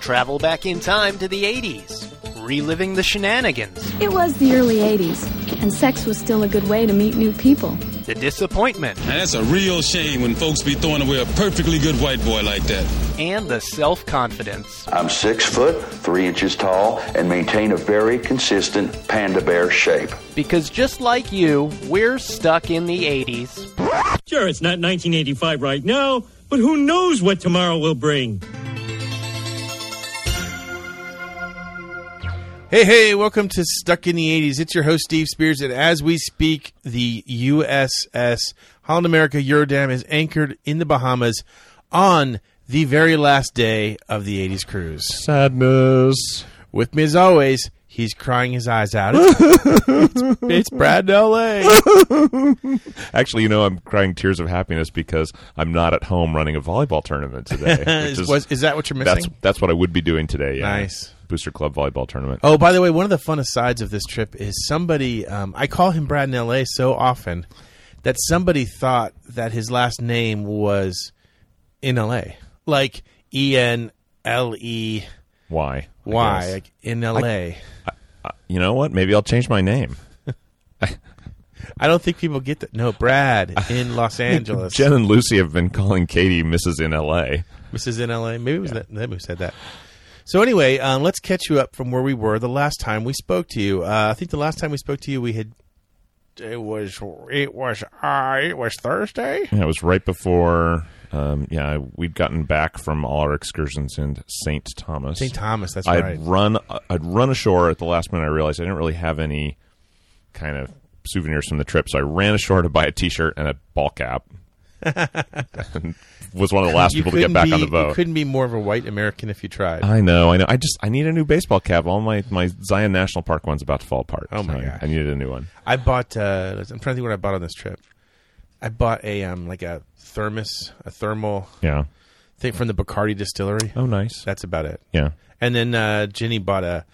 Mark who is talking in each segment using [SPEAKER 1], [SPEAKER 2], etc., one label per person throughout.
[SPEAKER 1] Travel back in time to the 80s, reliving the shenanigans,
[SPEAKER 2] It was the early 80s, and sex was still a good way to meet new people.
[SPEAKER 1] the disappointment,
[SPEAKER 3] Now that's a real shame when folks be throwing away a perfectly good white boy like that.
[SPEAKER 1] and the self confidence.
[SPEAKER 4] I'm six foot, three inches tall, and maintain a very consistent panda bear shape.
[SPEAKER 1] Because just like you, we're stuck in the 80s.
[SPEAKER 5] Sure, it's not 1985 right now, but who knows what tomorrow will bring.
[SPEAKER 6] Hey, hey, welcome to Stuck in the 80s. It's your host, Steve Spears, and as we speak, the USS Holland America Eurodam is anchored in the Bahamas on the very last day of the 80s cruise.
[SPEAKER 7] Sadness.
[SPEAKER 6] With me, as always, he's crying his eyes out. It's, it's Brad in L.A.
[SPEAKER 7] Actually, you know, I'm crying tears of happiness because I'm not at home running a volleyball tournament today. which
[SPEAKER 6] is, was- is that what you're missing?
[SPEAKER 7] that's that's what I would be doing today. Yeah.
[SPEAKER 6] Nice.
[SPEAKER 7] Booster Club volleyball tournament.
[SPEAKER 6] Oh, by the way, one of the funnest sides of this trip is somebody. Um, I call him Brad in L.A. so often that somebody thought that his last name was in L.A. Like E N L E
[SPEAKER 7] Why? I
[SPEAKER 6] Y,
[SPEAKER 7] guess.
[SPEAKER 6] like in L.A.
[SPEAKER 7] You know what? Maybe I'll change my name.
[SPEAKER 6] I don't think people get that. No, Brad in Los Angeles.
[SPEAKER 7] Jen and Lucy have been calling Katie Mrs. in L.A.
[SPEAKER 6] Mrs. in LA. Maybe it was that, that who said that. So anyway, um, let's catch you up from where we were the last time we spoke to you. Uh, I think the last time we spoke to you, we had it was it was uh, it was Thursday.
[SPEAKER 7] Yeah, it was right before. Um, yeah, we'd gotten back from all our excursions in St. Thomas.
[SPEAKER 6] St. Thomas. That's
[SPEAKER 7] I'd
[SPEAKER 6] right.
[SPEAKER 7] run. I'd run ashore at the last minute. I realized I didn't really have any kind of souvenirs from the trip, so I ran ashore to buy a T-shirt and a ball cap. And was one of the last people to get
[SPEAKER 6] couldn't
[SPEAKER 7] back
[SPEAKER 6] be,
[SPEAKER 7] on the Uh-huh.
[SPEAKER 6] You
[SPEAKER 7] boat.
[SPEAKER 6] couldn't be more of a white American if you tried.
[SPEAKER 7] I know, I know. I just I need a new baseball cap. All my my Zion National Park one's about to fall apart.
[SPEAKER 6] Oh, my
[SPEAKER 7] So I-
[SPEAKER 6] gosh.
[SPEAKER 7] I needed a new one.
[SPEAKER 6] I bought. Uh, I'm trying to think what I bought on this trip. I bought a um like a thermos, a thermal
[SPEAKER 7] Yeah.
[SPEAKER 6] thing from the Bacardi distillery.
[SPEAKER 7] Oh, nice.
[SPEAKER 6] That's about it.
[SPEAKER 7] yeah.
[SPEAKER 6] And then uh, Jenny bought a,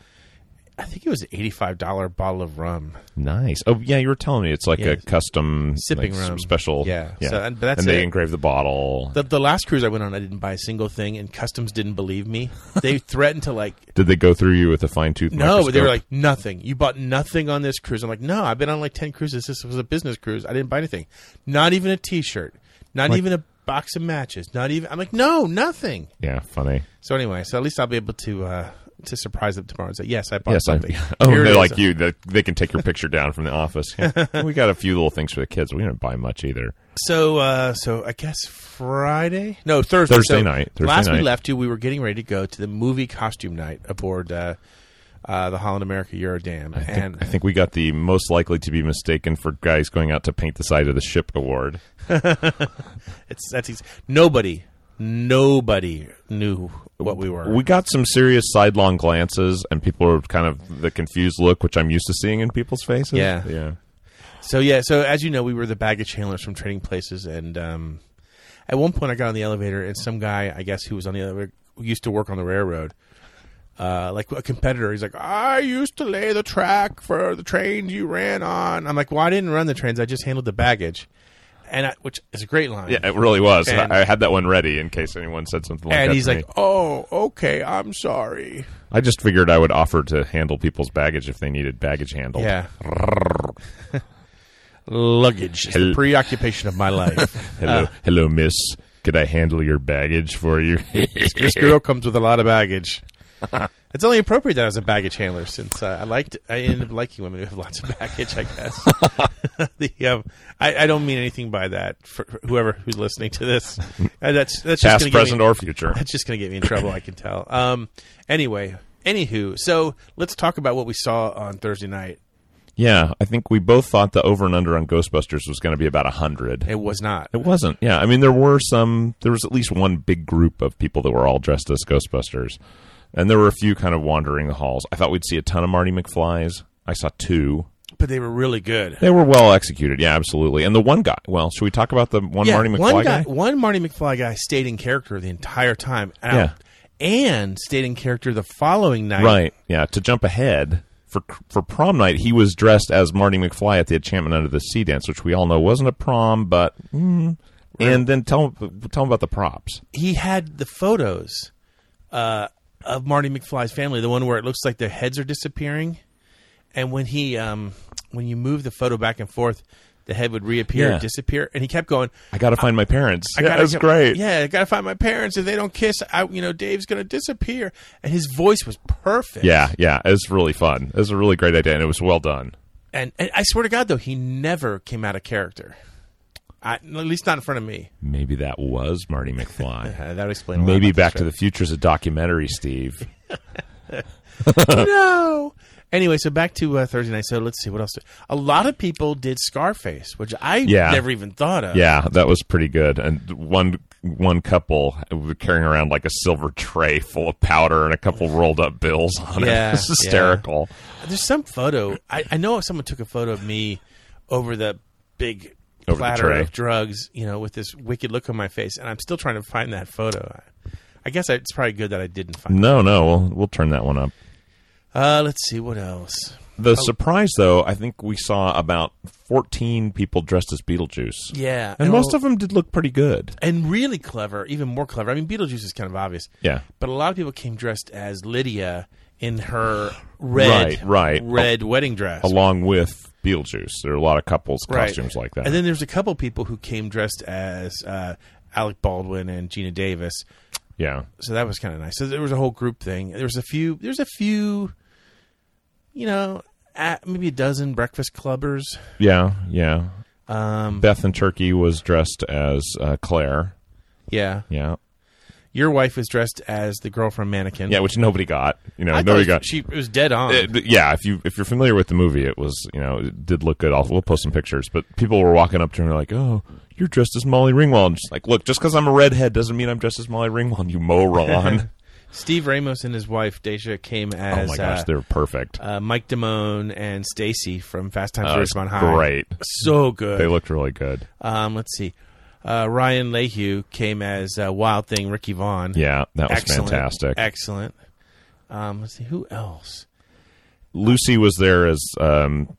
[SPEAKER 6] I think it was an eighty-five dollar bottle of rum.
[SPEAKER 7] Nice. Oh, yeah. You were telling me it's like
[SPEAKER 6] Yeah.
[SPEAKER 7] a custom
[SPEAKER 6] Sipping
[SPEAKER 7] like, s-
[SPEAKER 6] rum.
[SPEAKER 7] special.
[SPEAKER 6] Yeah. So, and- but that's
[SPEAKER 7] and they
[SPEAKER 6] it.
[SPEAKER 7] engrave the bottle.
[SPEAKER 6] The, the last cruise I went on, I didn't buy a single thing, and customs didn't believe me. They threatened to like,
[SPEAKER 7] Did they go through you with a fine tooth?
[SPEAKER 6] no, but they were like,
[SPEAKER 7] microscope?
[SPEAKER 6] nothing. You bought nothing on this cruise. I'm like, no, I've been on like ten cruises. This was a business cruise. I didn't buy anything. Not even a T-shirt. Not even a box of matches. Not even. I'm like, no, nothing.
[SPEAKER 7] yeah, funny.
[SPEAKER 6] So anyway, so at least I'll be able to uh, to surprise them tomorrow and say, yes, I bought
[SPEAKER 7] Yes, I.
[SPEAKER 6] something.
[SPEAKER 7] Oh,
[SPEAKER 6] Here it
[SPEAKER 7] they're
[SPEAKER 6] is.
[SPEAKER 7] like you. They, they can take your picture down from the office. Yeah. we got a few little things for the kids. We didn't buy much either.
[SPEAKER 6] So, uh, so I guess Friday? No, Thursday.
[SPEAKER 7] Thursday
[SPEAKER 6] So
[SPEAKER 7] night. Thursday
[SPEAKER 6] last we
[SPEAKER 7] night.
[SPEAKER 6] left you, we were getting ready to go to the movie costume night aboard uh, uh, the Holland America Eurodam,
[SPEAKER 7] I think,
[SPEAKER 6] and
[SPEAKER 7] I think we got the most likely to be mistaken for guys going out to paint the side of the ship award.
[SPEAKER 6] it's that's easy. nobody, nobody knew what we were.
[SPEAKER 7] We got some serious sidelong glances, and people were kind of the confused look, which I'm used to seeing in people's faces.
[SPEAKER 6] Yeah.
[SPEAKER 7] yeah.
[SPEAKER 6] so yeah, so as you know, we were the baggage handlers from Trading Places, and um, at one point I got on the elevator, and some guy, I guess who was on the elevator, who used to work on the railroad. Uh, like a competitor, he's like, I used to lay the track for the trains you ran on. I'm like, well, I didn't run the trains; I just handled the baggage, and I, which is a great line.
[SPEAKER 7] Yeah, it really was.
[SPEAKER 6] And-
[SPEAKER 7] I I had that one ready in case anyone said something like that.
[SPEAKER 6] and he's
[SPEAKER 7] to
[SPEAKER 6] like,
[SPEAKER 7] me.
[SPEAKER 6] "Oh, okay, I'm sorry."
[SPEAKER 7] I just figured I would offer to handle people's baggage if they needed baggage handled.
[SPEAKER 6] Yeah. Luggage is the
[SPEAKER 7] Hel-
[SPEAKER 6] preoccupation of my life.
[SPEAKER 7] Hello, hello, miss. Could I handle your baggage for you?
[SPEAKER 6] this girl comes with a lot of baggage. It's only appropriate that I was a baggage handler since uh, I liked. I ended up liking women who have lots of baggage. I guess. the, um, I, I don't mean anything by that. For for whoever who's listening to this, Uh, that's that's just
[SPEAKER 7] Past,
[SPEAKER 6] gonna get me-
[SPEAKER 7] present, or future.
[SPEAKER 6] That's just going to get me in trouble, I can tell. Um, anyway, anywho, so let's talk about what we saw on Thursday night.
[SPEAKER 7] Yeah, I think we both thought the over and under on Ghostbusters was going to be about 100.
[SPEAKER 6] It was not.
[SPEAKER 7] It wasn't. Yeah, I mean there were some. There was at least one big group of people that were all dressed as Ghostbusters, and there were a few kind of wandering the halls. I thought we'd see a ton of Marty McFlys. I saw two.
[SPEAKER 6] but they were really good.
[SPEAKER 7] They were well executed. Yeah, absolutely. And the one guy. Well, should we talk about the one Marty McFly
[SPEAKER 6] one
[SPEAKER 7] guy?
[SPEAKER 6] one Marty McFly guy stayed in character the entire time. And
[SPEAKER 7] Yeah.
[SPEAKER 6] and stayed in character the following night.
[SPEAKER 7] Right. Yeah. To jump ahead for for prom night, he was dressed as Marty McFly at the Enchantment Under the Sea dance, which we all know wasn't a prom, but. Mm, and then tell tell him about the props.
[SPEAKER 6] He had the photos uh, of Marty McFly's family, the one where it looks like their heads are disappearing, and when he um, when you move the photo back and forth, the head would reappear,
[SPEAKER 7] Yeah.
[SPEAKER 6] and disappear, and he kept going.
[SPEAKER 7] I got to find my parents.
[SPEAKER 6] I
[SPEAKER 7] yeah,
[SPEAKER 6] gotta
[SPEAKER 7] that's
[SPEAKER 6] go-
[SPEAKER 7] great.
[SPEAKER 6] Yeah, I gotta find my parents. If they don't kiss, I you know Dave's gonna disappear. And his voice was perfect.
[SPEAKER 7] yeah, yeah. It's really fun. It's a really great idea, and it was well done.
[SPEAKER 6] and, and I swear to God, though, he never came out of character. I, at least not in front of me.
[SPEAKER 7] Maybe that was Marty McFly.
[SPEAKER 6] Uh, that would explain.
[SPEAKER 7] Maybe Back to the Future is a documentary, Steve.
[SPEAKER 6] no. Anyway, so back to uh, Thursday night. So let's see what else. A lot of people did Scarface, which I
[SPEAKER 7] Yeah.
[SPEAKER 6] never even thought of.
[SPEAKER 7] Yeah, that was pretty good. And one one couple were carrying around like a silver tray full of powder and a couple rolled up bills on
[SPEAKER 6] Yeah,
[SPEAKER 7] it. It's hysterical.
[SPEAKER 6] There's some photo. I, I know someone took a photo of me over the big
[SPEAKER 7] Over the
[SPEAKER 6] platter
[SPEAKER 7] tray.
[SPEAKER 6] of drugs, you know, with this wicked look on my face, and I'm still trying to find that photo. I, I guess I, it's probably good that I didn't find.
[SPEAKER 7] No, no, we'll we'll turn that one up.
[SPEAKER 6] it. Uh, let's see what else.
[SPEAKER 7] The surprise, though, I think we saw about fourteen people dressed as Beetlejuice.
[SPEAKER 6] Yeah,
[SPEAKER 7] and most of them did look pretty good.
[SPEAKER 6] and really clever, even more clever. I mean, Beetlejuice is kind of obvious.
[SPEAKER 7] Yeah.
[SPEAKER 6] but a lot of people came dressed as Lydia in her red,
[SPEAKER 7] Right, right.
[SPEAKER 6] red wedding dress.
[SPEAKER 7] Along with Beetlejuice, there are a lot of couples
[SPEAKER 6] Right.
[SPEAKER 7] costumes like that.
[SPEAKER 6] And then there's a couple people who came dressed as uh, Alec Baldwin and Gina Davis.
[SPEAKER 7] yeah,
[SPEAKER 6] so that was kind of nice. So there was a whole group thing. There was a few. There's a few. You know, a maybe a dozen Breakfast Clubbers.
[SPEAKER 7] yeah, yeah.
[SPEAKER 6] Um,
[SPEAKER 7] Beth and Turkey was dressed as uh, Claire.
[SPEAKER 6] yeah,
[SPEAKER 7] Yeah,
[SPEAKER 6] your wife was dressed as the girl from Mannequin.
[SPEAKER 7] yeah, which nobody got. You know,
[SPEAKER 6] I
[SPEAKER 7] nobody
[SPEAKER 6] thought
[SPEAKER 7] got.
[SPEAKER 6] she it was dead on.
[SPEAKER 7] Uh, th- yeah, if you if you're familiar with the movie, it was you know it did look good. I'll, we'll post some pictures, but people were walking up to her like, "Oh, you're dressed as Molly Ringwald." And she's like, "Look, just because I'm a redhead doesn't mean I'm dressed as Molly Ringwald, you Mo Rolon."
[SPEAKER 6] Steve Ramos and his wife Deja came
[SPEAKER 7] oh
[SPEAKER 6] as
[SPEAKER 7] my gosh,
[SPEAKER 6] uh,
[SPEAKER 7] they're perfect.
[SPEAKER 6] uh, Mike Damone and Stacy from Fast Times
[SPEAKER 7] Oh,
[SPEAKER 6] at
[SPEAKER 7] it's
[SPEAKER 6] Ridgemont High.
[SPEAKER 7] great.
[SPEAKER 6] so good.
[SPEAKER 7] They looked really good.
[SPEAKER 6] um, let's see. Uh, Ryan Lehue came as uh, Wild Thing Ricky Vaughn.
[SPEAKER 7] Yeah, that was
[SPEAKER 6] Excellent.
[SPEAKER 7] fantastic.
[SPEAKER 6] Excellent. Um, let's see who else.
[SPEAKER 7] Lucy was there as um,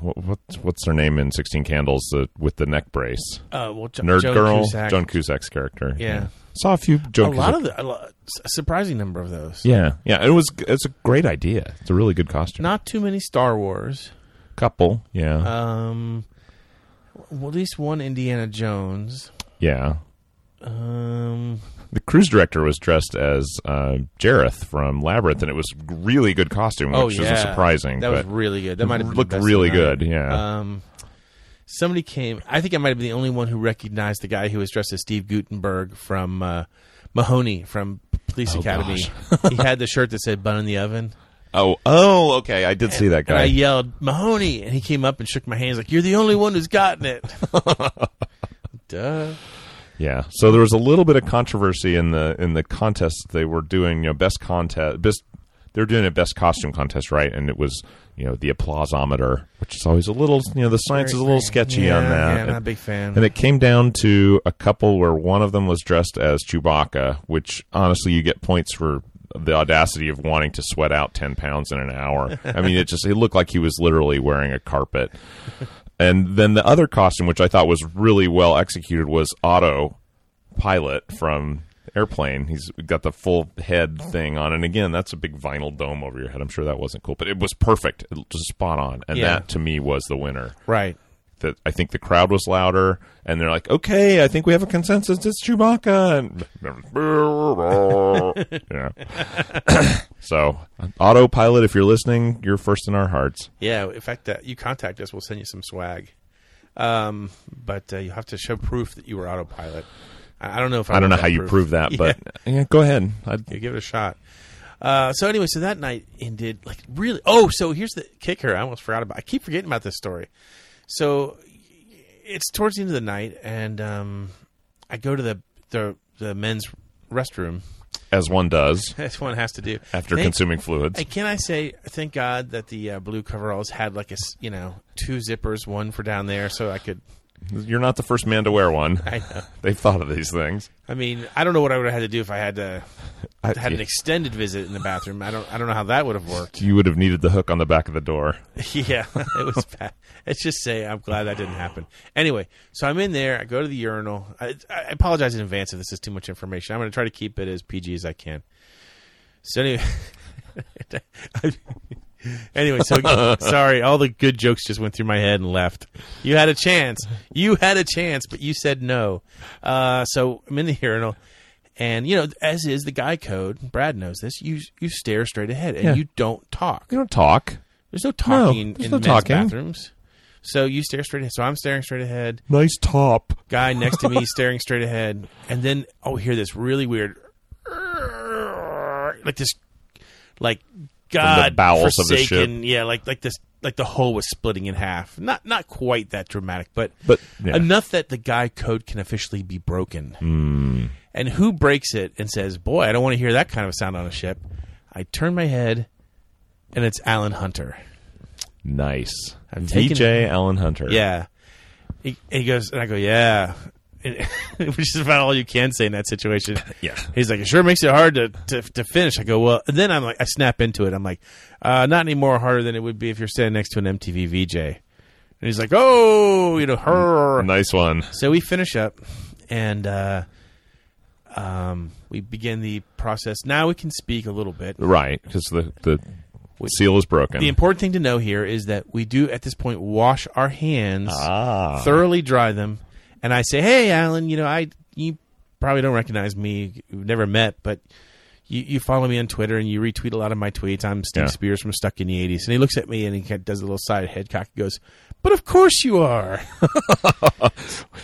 [SPEAKER 7] what, what what's her name in Sixteen Candles the, with the neck brace?
[SPEAKER 6] Uh, well, jo-
[SPEAKER 7] Nerd
[SPEAKER 6] Joan
[SPEAKER 7] girl,
[SPEAKER 6] Cusack.
[SPEAKER 7] Joan Cusack's character.
[SPEAKER 6] Yeah.
[SPEAKER 7] saw a few
[SPEAKER 6] A
[SPEAKER 7] Joan.
[SPEAKER 6] lot
[SPEAKER 7] Cusack-
[SPEAKER 6] of the, a, lo- a surprising number of those.
[SPEAKER 7] yeah, yeah. It was it's a great idea. It's a really good costume.
[SPEAKER 6] Not too many Star Wars.
[SPEAKER 7] couple. Yeah,
[SPEAKER 6] Um, well, at least one Indiana Jones.
[SPEAKER 7] yeah.
[SPEAKER 6] Um,
[SPEAKER 7] The cruise director was dressed as uh, Jareth from Labyrinth, and it was really good costume, which
[SPEAKER 6] oh
[SPEAKER 7] isn't
[SPEAKER 6] yeah,
[SPEAKER 7] surprising.
[SPEAKER 6] That
[SPEAKER 7] but
[SPEAKER 6] was really good. That might have been the
[SPEAKER 7] looked
[SPEAKER 6] best
[SPEAKER 7] really
[SPEAKER 6] of the night.
[SPEAKER 7] good. Yeah,
[SPEAKER 6] Um, somebody came. I think I might have been the only one who recognized the guy who was dressed as Steve Gutenberg from uh, Mahoney from Police Academy. he had the shirt that said "Bun in the Oven."
[SPEAKER 7] oh, oh, okay. I did see that
[SPEAKER 6] And I
[SPEAKER 7] guy.
[SPEAKER 6] yelled, Mahoney. And he came up and shook my hands like, You're the only one who's gotten it. Duh.
[SPEAKER 7] Yeah. So there was a little bit of controversy in the in the contest they were doing, you know, best contest best they were doing a best costume contest, right? And it was, you know, the applauseometer, which is always a little you know, the science is a little sketchy
[SPEAKER 6] Yeah,
[SPEAKER 7] on that.
[SPEAKER 6] yeah, not a big fan.
[SPEAKER 7] And it came down to a couple where one of them was dressed as Chewbacca, which honestly you get points for the audacity of wanting to sweat out 10 pounds in an hour. I mean, it just it looked like he was literally wearing a carpet. And then the other costume, which I thought was really well executed, was Otto Pilot from Airplane. He's got the full head thing on, and again, that's a big vinyl dome over your head. I'm sure that wasn't cool, but it was perfect, it, just spot on, and
[SPEAKER 6] Yeah.
[SPEAKER 7] that to me was the winner.
[SPEAKER 6] Right.
[SPEAKER 7] That I think the crowd was louder, and they're like, "Okay, I think we have a consensus. It's Chewbacca." And yeah. so, Otto Pilot, if you're listening, you're first in our hearts.
[SPEAKER 6] Yeah. In fact, uh, you contact us, we'll send you some swag. Um, but uh, you have to show proof that you were autopilot. I, I don't know if I,
[SPEAKER 7] I don't know
[SPEAKER 6] want
[SPEAKER 7] how you prove that,
[SPEAKER 6] Yeah.
[SPEAKER 7] but yeah, go ahead. I'd,
[SPEAKER 6] You give it a shot. Uh, so anyway, so that night ended like really. Oh, so here's the kicker. I almost forgot about. I keep forgetting about this story. So it's towards the end of the night, and um, I go to the the, the men's restroom.
[SPEAKER 7] as one does
[SPEAKER 6] That's what one has to do
[SPEAKER 7] after
[SPEAKER 6] Thank-
[SPEAKER 7] consuming fluids.
[SPEAKER 6] And can I say, thank God that the uh, blue coveralls had like a s- you know two zippers, one for down there, so I could.
[SPEAKER 7] You're not the first man to wear one.
[SPEAKER 6] I know.
[SPEAKER 7] They've thought of these things.
[SPEAKER 6] I mean, I don't know what I would have had to do if I had to
[SPEAKER 7] I,
[SPEAKER 6] had an extended visit in the bathroom. I don't. I don't know how that would have worked.
[SPEAKER 7] you would have needed the hook on the back of the door.
[SPEAKER 6] Yeah, it was bad. Let's just say I'm glad that didn't happen. Anyway, so I'm in there. I go to the urinal. I, I apologize in advance if this is too much information. I'm going to try to keep it as PG as I can. So anyway, anyway, so sorry, all the good jokes just went through my head and left. You had a chance. You had a chance, but you said no. Uh, so I'm in the urinal, and you know, as is the guy code, Brad knows this. You you stare straight ahead and
[SPEAKER 7] Yeah.
[SPEAKER 6] you don't talk.
[SPEAKER 7] You don't talk.
[SPEAKER 6] There's no talking in,
[SPEAKER 7] there's
[SPEAKER 6] in
[SPEAKER 7] no
[SPEAKER 6] men's
[SPEAKER 7] talking.
[SPEAKER 6] bathrooms. So you stare straight ahead. So I'm staring straight ahead.
[SPEAKER 7] Nice top.
[SPEAKER 6] Guy next to me staring straight ahead, and then oh, hear this really weird, like this, like God
[SPEAKER 7] bowels of the ship.
[SPEAKER 6] forsaken, yeah, like like this, like the hole was splitting in half. Not not quite that dramatic, but
[SPEAKER 7] But, yeah.
[SPEAKER 6] enough that the guy code can officially be broken.
[SPEAKER 7] Hmm.
[SPEAKER 6] And who breaks it and says, "Boy, I don't want to hear that kind of a sound on a ship." I turn my head, and it's Alan Hunter.
[SPEAKER 7] Nice.
[SPEAKER 6] I'm
[SPEAKER 7] VJ
[SPEAKER 6] taking-
[SPEAKER 7] Allen Hunter.
[SPEAKER 6] Yeah. He, and he goes, and I go, yeah. And- Which is about all you can say in that situation.
[SPEAKER 7] Yeah.
[SPEAKER 6] He's like, it sure makes it hard to, to, to finish. I go, well, and then I'm like, I snap into it. I'm like, uh, not any more harder than it would be if you're standing next to an MTV VJ. And he's like, oh, you know, her.
[SPEAKER 7] Nice one.
[SPEAKER 6] So we finish up, and uh, um, we begin the process. Now we can speak a little bit.
[SPEAKER 7] Right, because the the seal is broken.
[SPEAKER 6] The important thing to know here is that we do at this point wash our hands,
[SPEAKER 7] Ah.
[SPEAKER 6] thoroughly dry them, and I say, "Hey, Alan, you know, I you probably don't recognize me, we've never met, but you, you follow me on Twitter and you retweet a lot of my tweets. I'm Steve
[SPEAKER 7] Yeah.
[SPEAKER 6] Spears from Stuck in the '80s." And he looks at me and he kind of does a little side head cock. He goes, "But of course you are."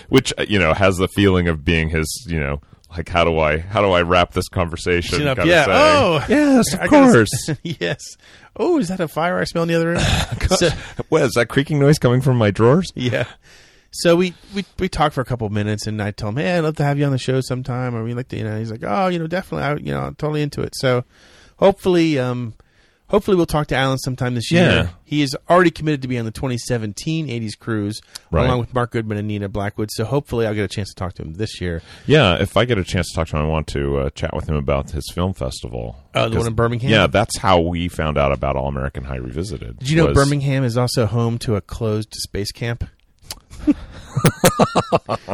[SPEAKER 7] which uh, you know has the feeling of being his you know like how do i how do i wrap this conversation
[SPEAKER 6] Chin up,
[SPEAKER 7] kinda
[SPEAKER 6] yeah.
[SPEAKER 7] thing.
[SPEAKER 6] Oh.
[SPEAKER 7] yes of
[SPEAKER 6] I gotta-
[SPEAKER 7] course
[SPEAKER 6] yes. Oh, is that a fire I smell in the other room? So-
[SPEAKER 7] what is that creaking noise coming from my drawers
[SPEAKER 6] yeah. So we, we we talked for a couple minutes, and I tell him, "Hey, I'd love to have you on the show sometime." Or we like to, you know. He's like, "Oh, you know, definitely. I, you know, I'm totally into it." So hopefully, um, hopefully we'll talk to Alan sometime this year.
[SPEAKER 7] Yeah.
[SPEAKER 6] He is already committed to be on the 2017 '80s cruise
[SPEAKER 7] Right.
[SPEAKER 6] along with Mark Goodman and Nina Blackwood. So hopefully, I'll get a chance to talk to him this year.
[SPEAKER 7] yeah if i get a chance to talk to him i want to uh, chat with him about his film festival
[SPEAKER 6] Uh, the
[SPEAKER 7] 'Cause-
[SPEAKER 6] one in Birmingham.
[SPEAKER 7] yeah that's how we found out about all american high revisited
[SPEAKER 6] Did you know
[SPEAKER 7] was-
[SPEAKER 6] Birmingham is also home to a closed space camp?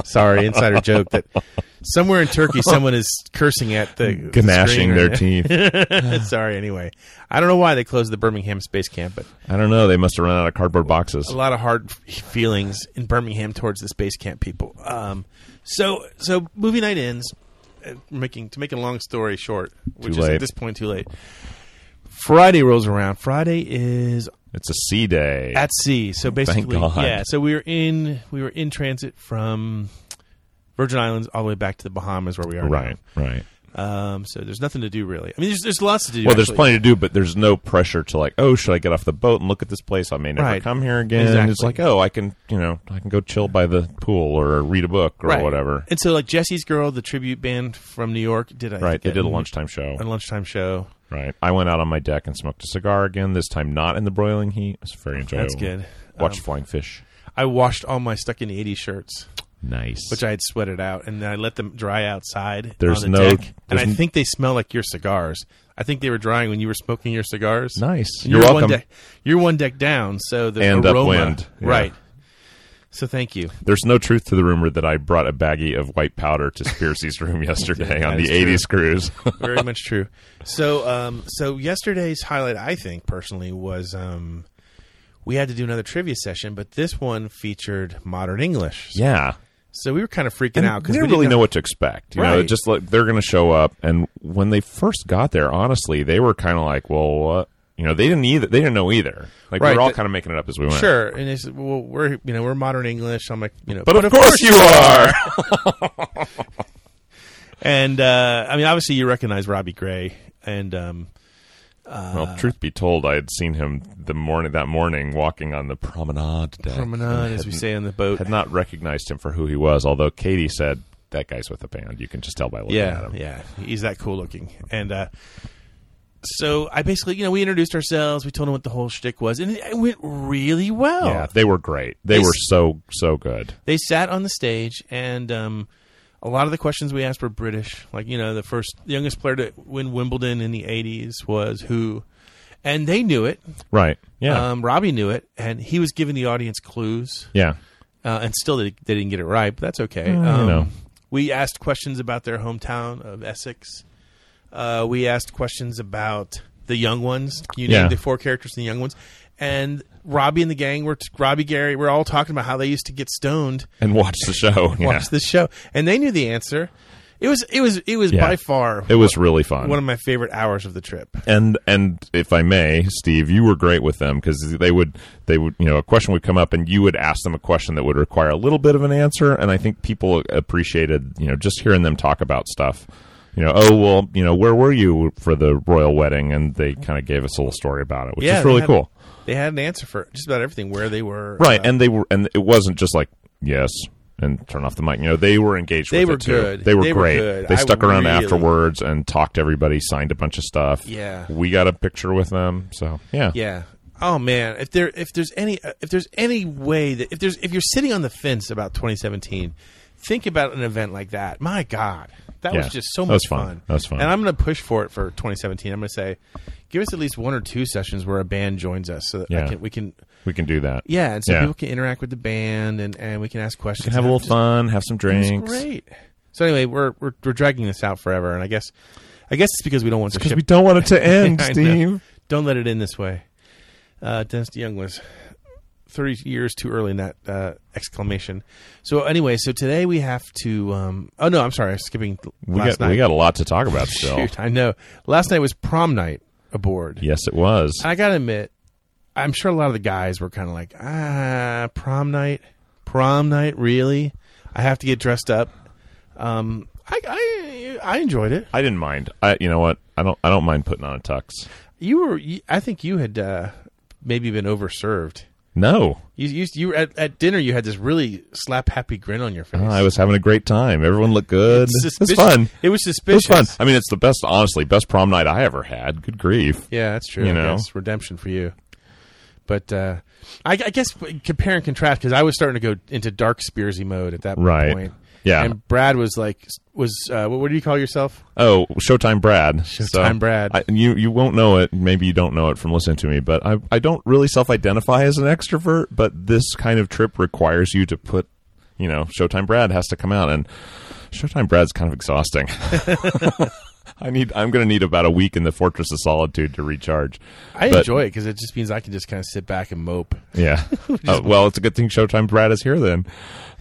[SPEAKER 6] Sorry, insider joke that somewhere in Turkey someone is cursing at the
[SPEAKER 7] Gnashing their
[SPEAKER 6] screen
[SPEAKER 7] teeth.
[SPEAKER 6] or- Sorry, anyway. I don't know why they closed the Birmingham space camp, but
[SPEAKER 7] I don't know. They must have run out of cardboard boxes.
[SPEAKER 6] a lot of hard feelings in Birmingham towards the space camp people. Um, so so movie night ends. uh, Making to make a long story short, which
[SPEAKER 7] Too
[SPEAKER 6] is at
[SPEAKER 7] late.
[SPEAKER 6] this point too late. Friday rolls around. Friday is
[SPEAKER 7] It's a sea day.
[SPEAKER 6] at sea. So basically,
[SPEAKER 7] God.
[SPEAKER 6] yeah. So we were in we were in transit from Virgin Islands all the way back to the Bahamas, where we are now.
[SPEAKER 7] right, right.
[SPEAKER 6] Um, so there's nothing to do really. I mean, there's there's lots to do.
[SPEAKER 7] Well, there's
[SPEAKER 6] actually.
[SPEAKER 7] plenty to do, but there's no pressure to like, oh, should I get off the boat and look at this place? I may never
[SPEAKER 6] Right.
[SPEAKER 7] come here again.
[SPEAKER 6] Exactly.
[SPEAKER 7] It's like, oh, I can, you know, I can go chill by the pool or read a book or
[SPEAKER 6] Right.
[SPEAKER 7] whatever.
[SPEAKER 6] And so like Jesse's girl, the tribute band from New York, did I
[SPEAKER 7] right. They
[SPEAKER 6] forget-
[SPEAKER 7] did a lunchtime show.
[SPEAKER 6] a lunchtime show.
[SPEAKER 7] right. I went out on my deck and smoked a cigar again. This time, not in the broiling heat. It was very enjoyable.
[SPEAKER 6] That's good.
[SPEAKER 7] Watched
[SPEAKER 6] Um,
[SPEAKER 7] flying fish.
[SPEAKER 6] I washed all my stuck in the '80s shirts,
[SPEAKER 7] Nice.
[SPEAKER 6] which I had sweated out, and then I let them dry outside.
[SPEAKER 7] There's
[SPEAKER 6] on the
[SPEAKER 7] no-
[SPEAKER 6] deck, and
[SPEAKER 7] there's
[SPEAKER 6] I
[SPEAKER 7] n-
[SPEAKER 6] think they smell like your cigars. I think they were drying when you were smoking your cigars.
[SPEAKER 7] nice.
[SPEAKER 6] And
[SPEAKER 7] You're,
[SPEAKER 6] One
[SPEAKER 7] welcome.
[SPEAKER 6] deck, you're one deck down, so the
[SPEAKER 7] And
[SPEAKER 6] aroma,
[SPEAKER 7] upwind, yeah.
[SPEAKER 6] right? So thank you.
[SPEAKER 7] There's no truth to the rumor that I brought a baggie of white powder to Spearsy's room yesterday
[SPEAKER 6] That
[SPEAKER 7] on the
[SPEAKER 6] is true.
[SPEAKER 7] '80s cruise.
[SPEAKER 6] Very much true. So, um, so yesterday's highlight, I think personally, was um, we had to do another trivia session, but this one featured modern English.
[SPEAKER 7] yeah.
[SPEAKER 6] So we were kind of freaking
[SPEAKER 7] and
[SPEAKER 6] out
[SPEAKER 7] they
[SPEAKER 6] we
[SPEAKER 7] didn't
[SPEAKER 6] didn't
[SPEAKER 7] really know what to expect. You know,
[SPEAKER 6] Right.
[SPEAKER 7] it just like they're going to show up, and when they first got there, honestly, they were kind of like, "Well, what?" You know, they didn't either. They didn't know either. Like we
[SPEAKER 6] Right,
[SPEAKER 7] were all
[SPEAKER 6] but-
[SPEAKER 7] kind of making it up as we went.
[SPEAKER 6] Sure, and it's well, we're you know we're modern English. I'm like you know,
[SPEAKER 7] but, of, course, you are.
[SPEAKER 6] and uh, I mean obviously you recognize Robbie Gray and um,
[SPEAKER 7] well, truth be told, I had seen him the morning that morning walking on the promenade. Deck
[SPEAKER 6] Promenade, as we say on the boat.
[SPEAKER 7] Had not recognized him for who he was, although Katie said that guy's with a band. You can just tell by looking at
[SPEAKER 6] yeah,
[SPEAKER 7] him.
[SPEAKER 6] yeah, he's that cool looking. And uh, so I basically, you know, we introduced ourselves. We told him what the whole shtick was, and it it went really well.
[SPEAKER 7] Yeah, they were great. They
[SPEAKER 6] They
[SPEAKER 7] were
[SPEAKER 6] s-
[SPEAKER 7] so so good.
[SPEAKER 6] They sat on the stage, and um, a lot of the questions we asked were British. Like, you know, the first the youngest player to win Wimbledon in the '80s was who, and they knew it.
[SPEAKER 7] Right. Yeah.
[SPEAKER 6] Um, Robbie knew it, and he was giving the audience clues.
[SPEAKER 7] yeah.
[SPEAKER 6] uh, and still they, they didn't get it
[SPEAKER 7] Oh,
[SPEAKER 6] right, but that's okay. Um,
[SPEAKER 7] you know.
[SPEAKER 6] We asked questions about their hometown of Essex. Uh, we asked questions about the young ones. You
[SPEAKER 7] Yeah.
[SPEAKER 6] named the four characters in the young ones, and Robbie and the gang were Robbie Gary. We're all talking about how they used to get stoned,
[SPEAKER 7] and watch the show. Yeah.
[SPEAKER 6] watch the show, and they knew the answer. It was it was it was
[SPEAKER 7] Yeah.
[SPEAKER 6] by far
[SPEAKER 7] It was really fun.
[SPEAKER 6] one of my favorite hours of the trip.
[SPEAKER 7] and and if I may, Steve, you were great with them because they would they would you know a question would come up and you would ask them a question that would require a little bit of an answer, and I think people appreciated you know just hearing them talk about stuff. You know, oh well, you know where were you for the royal wedding, and they kind of gave us a little story about it, which
[SPEAKER 6] Yeah,
[SPEAKER 7] is
[SPEAKER 6] they
[SPEAKER 7] really
[SPEAKER 6] had-
[SPEAKER 7] cool,
[SPEAKER 6] They had an answer for just about everything where they were.
[SPEAKER 7] right?
[SPEAKER 6] uh,
[SPEAKER 7] and they were and it wasn't just like yes. And turn off the mic. You know they were engaged.
[SPEAKER 6] They
[SPEAKER 7] with
[SPEAKER 6] were
[SPEAKER 7] it, too.
[SPEAKER 6] good.
[SPEAKER 7] They were
[SPEAKER 6] They were
[SPEAKER 7] great.
[SPEAKER 6] good.
[SPEAKER 7] They
[SPEAKER 6] I
[SPEAKER 7] stuck around
[SPEAKER 6] really-
[SPEAKER 7] afterwards and talked to everybody. Signed a bunch of stuff.
[SPEAKER 6] Yeah.
[SPEAKER 7] we got a picture with them. So yeah,
[SPEAKER 6] Yeah. Oh man, if there if there's any if there's any way that if there's if you're sitting on the fence about 2017, think about an event like that. My God, that
[SPEAKER 7] Yeah.
[SPEAKER 6] was just so
[SPEAKER 7] That
[SPEAKER 6] much
[SPEAKER 7] was fun. That was fun.
[SPEAKER 6] And I'm going to push for it for 2017. I'm going to say, give us at least one or two sessions where a band joins us so that I
[SPEAKER 7] Yeah.
[SPEAKER 6] can, we can
[SPEAKER 7] We can do that.
[SPEAKER 6] yeah, and so
[SPEAKER 7] Yeah.
[SPEAKER 6] people can interact with the band and and we can ask questions,
[SPEAKER 7] Can have a little fun, have some
[SPEAKER 6] It's
[SPEAKER 7] drinks.
[SPEAKER 6] great. So anyway, we're, we're we're dragging this out forever, and I guess I guess it's because we don't want to
[SPEAKER 7] Because
[SPEAKER 6] ship
[SPEAKER 7] we don't want it to end,
[SPEAKER 6] I know.
[SPEAKER 7] Steve.
[SPEAKER 6] Don't let it end this way. Uh, Dennis DeYoung was 30 years too early in that uh, exclamation. So anyway, so today we have to. Um, oh no, I'm sorry, I'm skipping
[SPEAKER 7] We
[SPEAKER 6] last
[SPEAKER 7] got,
[SPEAKER 6] night.
[SPEAKER 7] we got a lot to talk about still.
[SPEAKER 6] Shoot, I know. Last night was prom night aboard.
[SPEAKER 7] Yes, it was.
[SPEAKER 6] And I gotta admit, I'm sure a lot of the guys were kind of like, ah, prom night, prom night, really? I have to get dressed up. Um, I, I I enjoyed it.
[SPEAKER 7] I didn't mind. I, you know what? I don't. I don't mind putting on a tux.
[SPEAKER 6] You were, you, I think you had uh, maybe been overserved.
[SPEAKER 7] No,
[SPEAKER 6] You, you, you were at, at dinner. You had this really slap happy grin on your face.
[SPEAKER 7] Uh-huh, I was having a great time. Everyone looked good.
[SPEAKER 6] It's
[SPEAKER 7] It was
[SPEAKER 6] suspicious. It
[SPEAKER 7] fun.
[SPEAKER 6] was
[SPEAKER 7] It was
[SPEAKER 6] suspicious.
[SPEAKER 7] fun. I mean, it's the best. Honestly, best prom night I ever had. Good grief.
[SPEAKER 6] Yeah, that's true.
[SPEAKER 7] You
[SPEAKER 6] I
[SPEAKER 7] know?
[SPEAKER 6] guess. redemption for you. But uh, I, I guess compare and contrast because I was starting to go into dark spearsy mode at that
[SPEAKER 7] Right.
[SPEAKER 6] point.
[SPEAKER 7] Yeah.
[SPEAKER 6] and Brad was like, was uh, what, what do you call yourself?
[SPEAKER 7] Oh, Showtime Brad.
[SPEAKER 6] Showtime Brad.
[SPEAKER 7] I, you you won't know it. Maybe you don't know it from listening to me, but I I don't really self-identify as an extrovert. But this kind of trip requires you to put, you know, Showtime Brad has to come out, and Showtime Brad's kind of exhausting. I need. I'm going to need about a week in the Fortress of Solitude to recharge.
[SPEAKER 6] I
[SPEAKER 7] But-
[SPEAKER 6] enjoy it because it just means I can just kind of sit back and mope.
[SPEAKER 7] yeah. Uh, well, it's a good thing Showtime Brad is here then.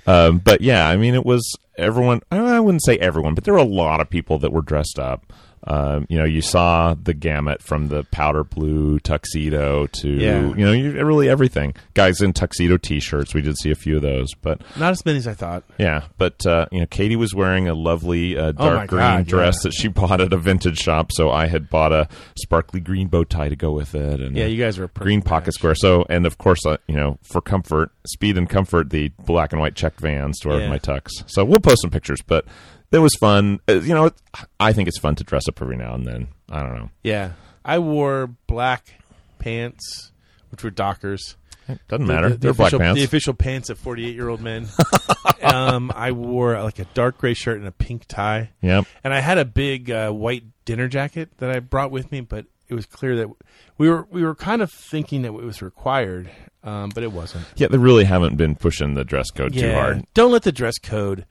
[SPEAKER 7] Um, but yeah, I mean, it was everyone. I I wouldn't say everyone, but there were a lot of people that were dressed up. Um, you know, you saw the gamut from the powder blue tuxedo to
[SPEAKER 6] Yeah.
[SPEAKER 7] you know, you, really everything. Guys in tuxedo t-shirts. We did see a few of those, but
[SPEAKER 6] Not as many as I thought.
[SPEAKER 7] yeah, but uh, you know, Katie was wearing a lovely uh,
[SPEAKER 6] Oh my
[SPEAKER 7] dark green
[SPEAKER 6] God,
[SPEAKER 7] dress
[SPEAKER 6] yeah.
[SPEAKER 7] that she bought at a vintage shop. So I had bought a sparkly green bow tie to go with it. And
[SPEAKER 6] Yeah,
[SPEAKER 7] a
[SPEAKER 6] you guys were a perfect
[SPEAKER 7] green pocket
[SPEAKER 6] match.
[SPEAKER 7] square. So and of course, uh, you know, for comfort, speed and comfort, the black and white checked Vans to wear with
[SPEAKER 6] Yeah.
[SPEAKER 7] my tux. So we'll post some pictures, but it was fun. Uh, you know, it- I think it's fun to dress up every now and then. I don't know.
[SPEAKER 6] Yeah, I wore black pants, which were Dockers.
[SPEAKER 7] Doesn't matter.
[SPEAKER 6] The, the- the
[SPEAKER 7] They're black
[SPEAKER 6] official,
[SPEAKER 7] pants.
[SPEAKER 6] The official pants of forty-eight-year-old men. um, I wore uh, like a dark gray shirt and a pink tie.
[SPEAKER 7] Yep.
[SPEAKER 6] And I had a big uh, white dinner jacket that I brought with me, but it was clear that we were we were kind of thinking that it was required, um, but it wasn't.
[SPEAKER 7] yeah, they really haven't been pushing the dress code too
[SPEAKER 6] Yeah.
[SPEAKER 7] hard.
[SPEAKER 6] Don't let the dress code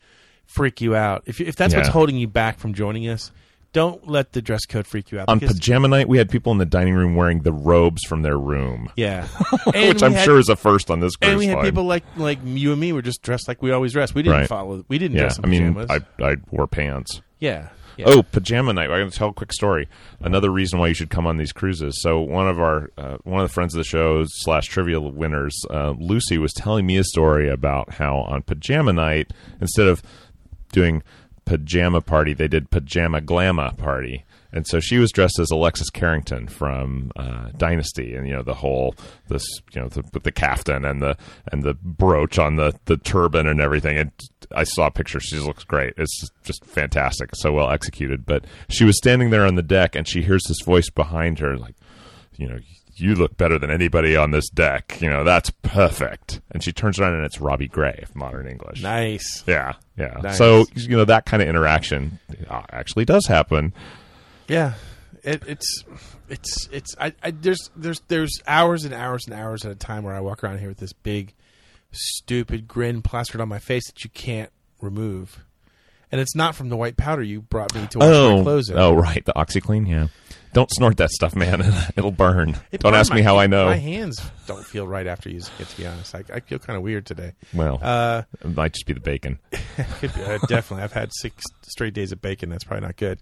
[SPEAKER 6] freak you out. If you- if that's what's
[SPEAKER 7] Yeah.
[SPEAKER 6] holding you back from joining us, don't let the dress code freak you out.
[SPEAKER 7] On
[SPEAKER 6] because-
[SPEAKER 7] pajama night, we had people in the dining room wearing the robes from their room.
[SPEAKER 6] yeah,
[SPEAKER 7] which I'm sure is a first on this cruise
[SPEAKER 6] And we had
[SPEAKER 7] line.
[SPEAKER 6] people like like you and me were just dressed like we always dress. We didn't
[SPEAKER 7] Right.
[SPEAKER 6] follow. We didn't
[SPEAKER 7] yeah,
[SPEAKER 6] dress in
[SPEAKER 7] I mean,
[SPEAKER 6] pajamas.
[SPEAKER 7] I, I wore pants.
[SPEAKER 6] yeah. yeah.
[SPEAKER 7] Oh, pajama night! I'm going to tell a quick story. Another reason why you should come on these cruises. So one of our uh, one of the friends of the show slash trivia winners, uh, Lucy, was telling me a story about how on pajama night instead of doing pajama party, they did pajama glamma party. And so she was dressed as Alexis Carrington from uh, Dynasty, and you know the whole this you know the, with the caftan and the and the brooch on the the turban and everything. And I saw a picture; she looks great. It's just, just fantastic, so well executed. But she was standing there on the deck, and she hears this voice behind her, like, you know, you look better than anybody on this deck. You know, that's perfect. And she turns around, and it's Robbie Gray of Modern English.
[SPEAKER 6] nice.
[SPEAKER 7] Yeah, yeah.
[SPEAKER 6] Nice.
[SPEAKER 7] So you know that kind of interaction uh, actually does happen.
[SPEAKER 6] Yeah, it, it's it's it's I, I there's there's there's hours and hours and hours at a time where I walk around here with this big stupid grin plastered on my face that you can't remove. and it's not from the white powder you brought me to wash my
[SPEAKER 7] Oh,
[SPEAKER 6] clothes in.
[SPEAKER 7] oh, right, the OxyClean. Yeah, don't snort that stuff, man. It'll burn.
[SPEAKER 6] It
[SPEAKER 7] don't
[SPEAKER 6] burned
[SPEAKER 7] ask
[SPEAKER 6] my-
[SPEAKER 7] me how I know.
[SPEAKER 6] My hands don't feel right after using it. To be honest, I, I feel kind of weird today.
[SPEAKER 7] Well,
[SPEAKER 6] Uh,
[SPEAKER 7] it might just be the bacon.
[SPEAKER 6] could be, uh, definitely, I've had six straight days of bacon. That's probably not good.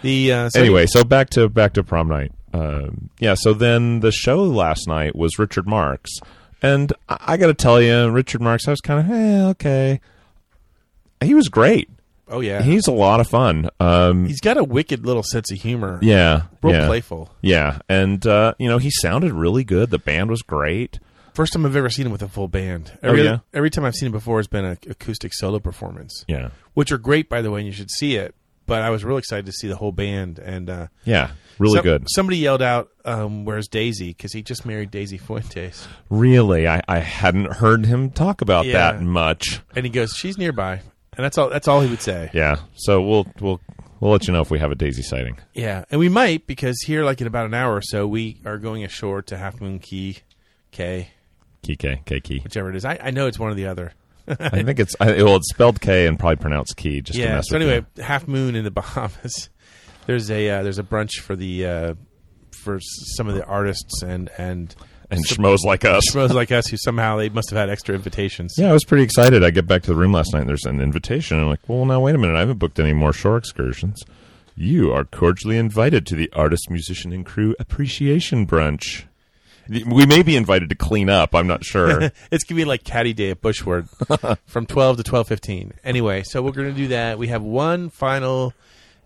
[SPEAKER 6] The uh, so
[SPEAKER 7] anyway, so back to back to prom night. Um yeah, so then the show last night was Richard Marks, and I, I got to tell you, Richard Marks, I was kind of hey, okay. He was great.
[SPEAKER 6] Oh yeah,
[SPEAKER 7] He's a lot of fun. Um,
[SPEAKER 6] he's got a wicked little sense of humor.
[SPEAKER 7] yeah,
[SPEAKER 6] real
[SPEAKER 7] yeah,
[SPEAKER 6] playful.
[SPEAKER 7] Yeah, and uh, you know he sounded really good. The band was great.
[SPEAKER 6] First time I've ever seen him with a full band. Every,
[SPEAKER 7] Oh, yeah?
[SPEAKER 6] every time I've seen him before has been an acoustic solo performance,
[SPEAKER 7] Yeah,
[SPEAKER 6] which are great, by the way, and you should see it. But I was real excited to see the whole band, and uh,
[SPEAKER 7] yeah, really
[SPEAKER 6] some-
[SPEAKER 7] good.
[SPEAKER 6] Somebody yelled out, um, "Where's Daisy?" Because he just married Daisy Fuentes,
[SPEAKER 7] Really, I, I hadn't heard him talk about
[SPEAKER 6] Yeah.
[SPEAKER 7] that much.
[SPEAKER 6] and he goes, "She's nearby," and that's all. That's all he would say.
[SPEAKER 7] Yeah, so we'll we'll we'll let you know if we have a Daisy sighting.
[SPEAKER 6] Yeah, and we might because here, like in about an hour or so, we are going ashore to Half Moon Key, K,
[SPEAKER 7] Kike, Kiki.
[SPEAKER 6] whichever it is. I, I know it's one or the other.
[SPEAKER 7] I think it's I, well, it's spelled K and probably pronounced key. Just to
[SPEAKER 6] yeah.
[SPEAKER 7] mess
[SPEAKER 6] So
[SPEAKER 7] with
[SPEAKER 6] anyway, Half Moon in the Bahamas. There's a uh, there's a brunch for the uh, for s- some of the artists and and
[SPEAKER 7] you. and schmoes like us.
[SPEAKER 6] pros like us who somehow they must have had extra invitations.
[SPEAKER 7] Yeah, I was pretty excited. I get back to the room last night and there's an invitation. I'm like, well, now wait a minute. I haven't booked any more shore excursions. You are cordially invited to the Artist, Musician, and Crew Appreciation Brunch. We may be invited to clean up. I'm not sure.
[SPEAKER 6] It's gonna be like Caddy Day at Bushward from twelve to twelve fifteen. Anyway, so we're gonna do that. We have one final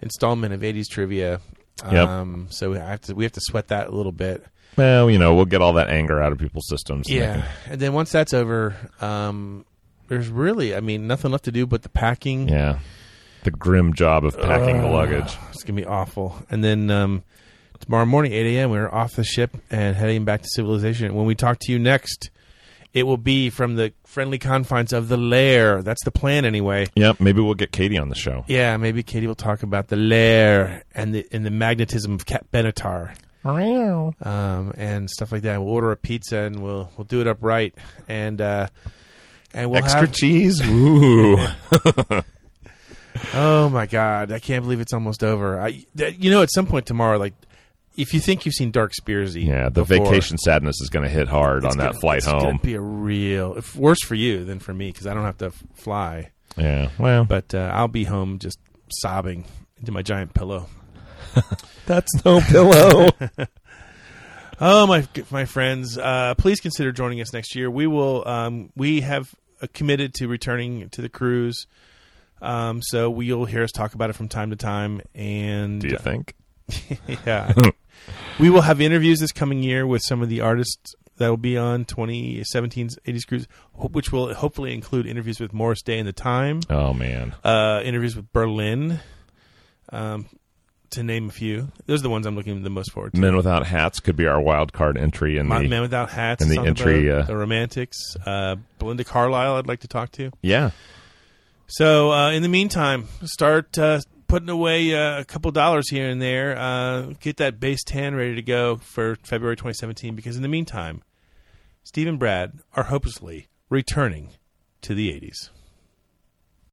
[SPEAKER 6] installment of eighties trivia.
[SPEAKER 7] Yep.
[SPEAKER 6] Um so we have to we have to sweat that a little bit.
[SPEAKER 7] well, you know, we'll get all that anger out of people's systems. and they
[SPEAKER 6] Yeah. And then once that's over, um there's really I mean nothing left to do but the packing.
[SPEAKER 7] can- yeah. The grim job of packing the luggage.
[SPEAKER 6] It's gonna be awful. And then um tomorrow morning, eight AM, we're off the ship and heading back to civilization. When we talk to you next it will be from the friendly confines of the lair. That's the plan, anyway.
[SPEAKER 7] Yep. Maybe we'll get Katie on the show.
[SPEAKER 6] Yeah, maybe Katie will talk about the lair and the and the magnetism of Cat Benatar um, and stuff like that. We'll order a pizza and we'll we'll do it upright and uh, and we'll
[SPEAKER 7] Extra
[SPEAKER 6] have
[SPEAKER 7] cheese? Ooh.
[SPEAKER 6] oh my god, I can't believe it's almost over. I th- you know at some point tomorrow, like if you think you've seen Dark Spearsy,
[SPEAKER 7] Yeah, the
[SPEAKER 6] before,
[SPEAKER 7] vacation sadness is going to hit hard
[SPEAKER 6] it's
[SPEAKER 7] on that
[SPEAKER 6] gonna-
[SPEAKER 7] flight
[SPEAKER 6] it's
[SPEAKER 7] home.
[SPEAKER 6] gonna be a real if, worse for you than for me because I don't have to f- fly,
[SPEAKER 7] yeah, well,
[SPEAKER 6] but uh, I'll be home just sobbing into my giant pillow.
[SPEAKER 7] that's no pillow.
[SPEAKER 6] Oh my, my friends! Uh, please consider joining us next year. We will. Um, we have uh, committed to returning to the cruise, um, so we will hear us talk about it from time to time. And
[SPEAKER 7] Do you think?
[SPEAKER 6] yeah, we will have interviews this coming year with some of the artists that will be on 2017's 80s cruise, ho- which will hopefully include interviews with Morris Day and the Time,
[SPEAKER 7] Oh man,
[SPEAKER 6] uh, interviews with Berlin, um, to name a few. Those are the ones I'm looking the most forward to.
[SPEAKER 7] Men Without Hats could be our wild card entry in
[SPEAKER 6] My
[SPEAKER 7] the
[SPEAKER 6] Man Without Hats,
[SPEAKER 7] and
[SPEAKER 6] is
[SPEAKER 7] the
[SPEAKER 6] on
[SPEAKER 7] entry,
[SPEAKER 6] boat,
[SPEAKER 7] uh,
[SPEAKER 6] the Romantics, uh, Belinda Carlisle. I'd like to talk to.
[SPEAKER 7] yeah.
[SPEAKER 6] So uh, in the meantime, start uh, putting away uh, a couple dollars here and there. Uh, get that base tan ready to go for February 2017. Because in the meantime, Steve and Brad are hopelessly returning to the 80s.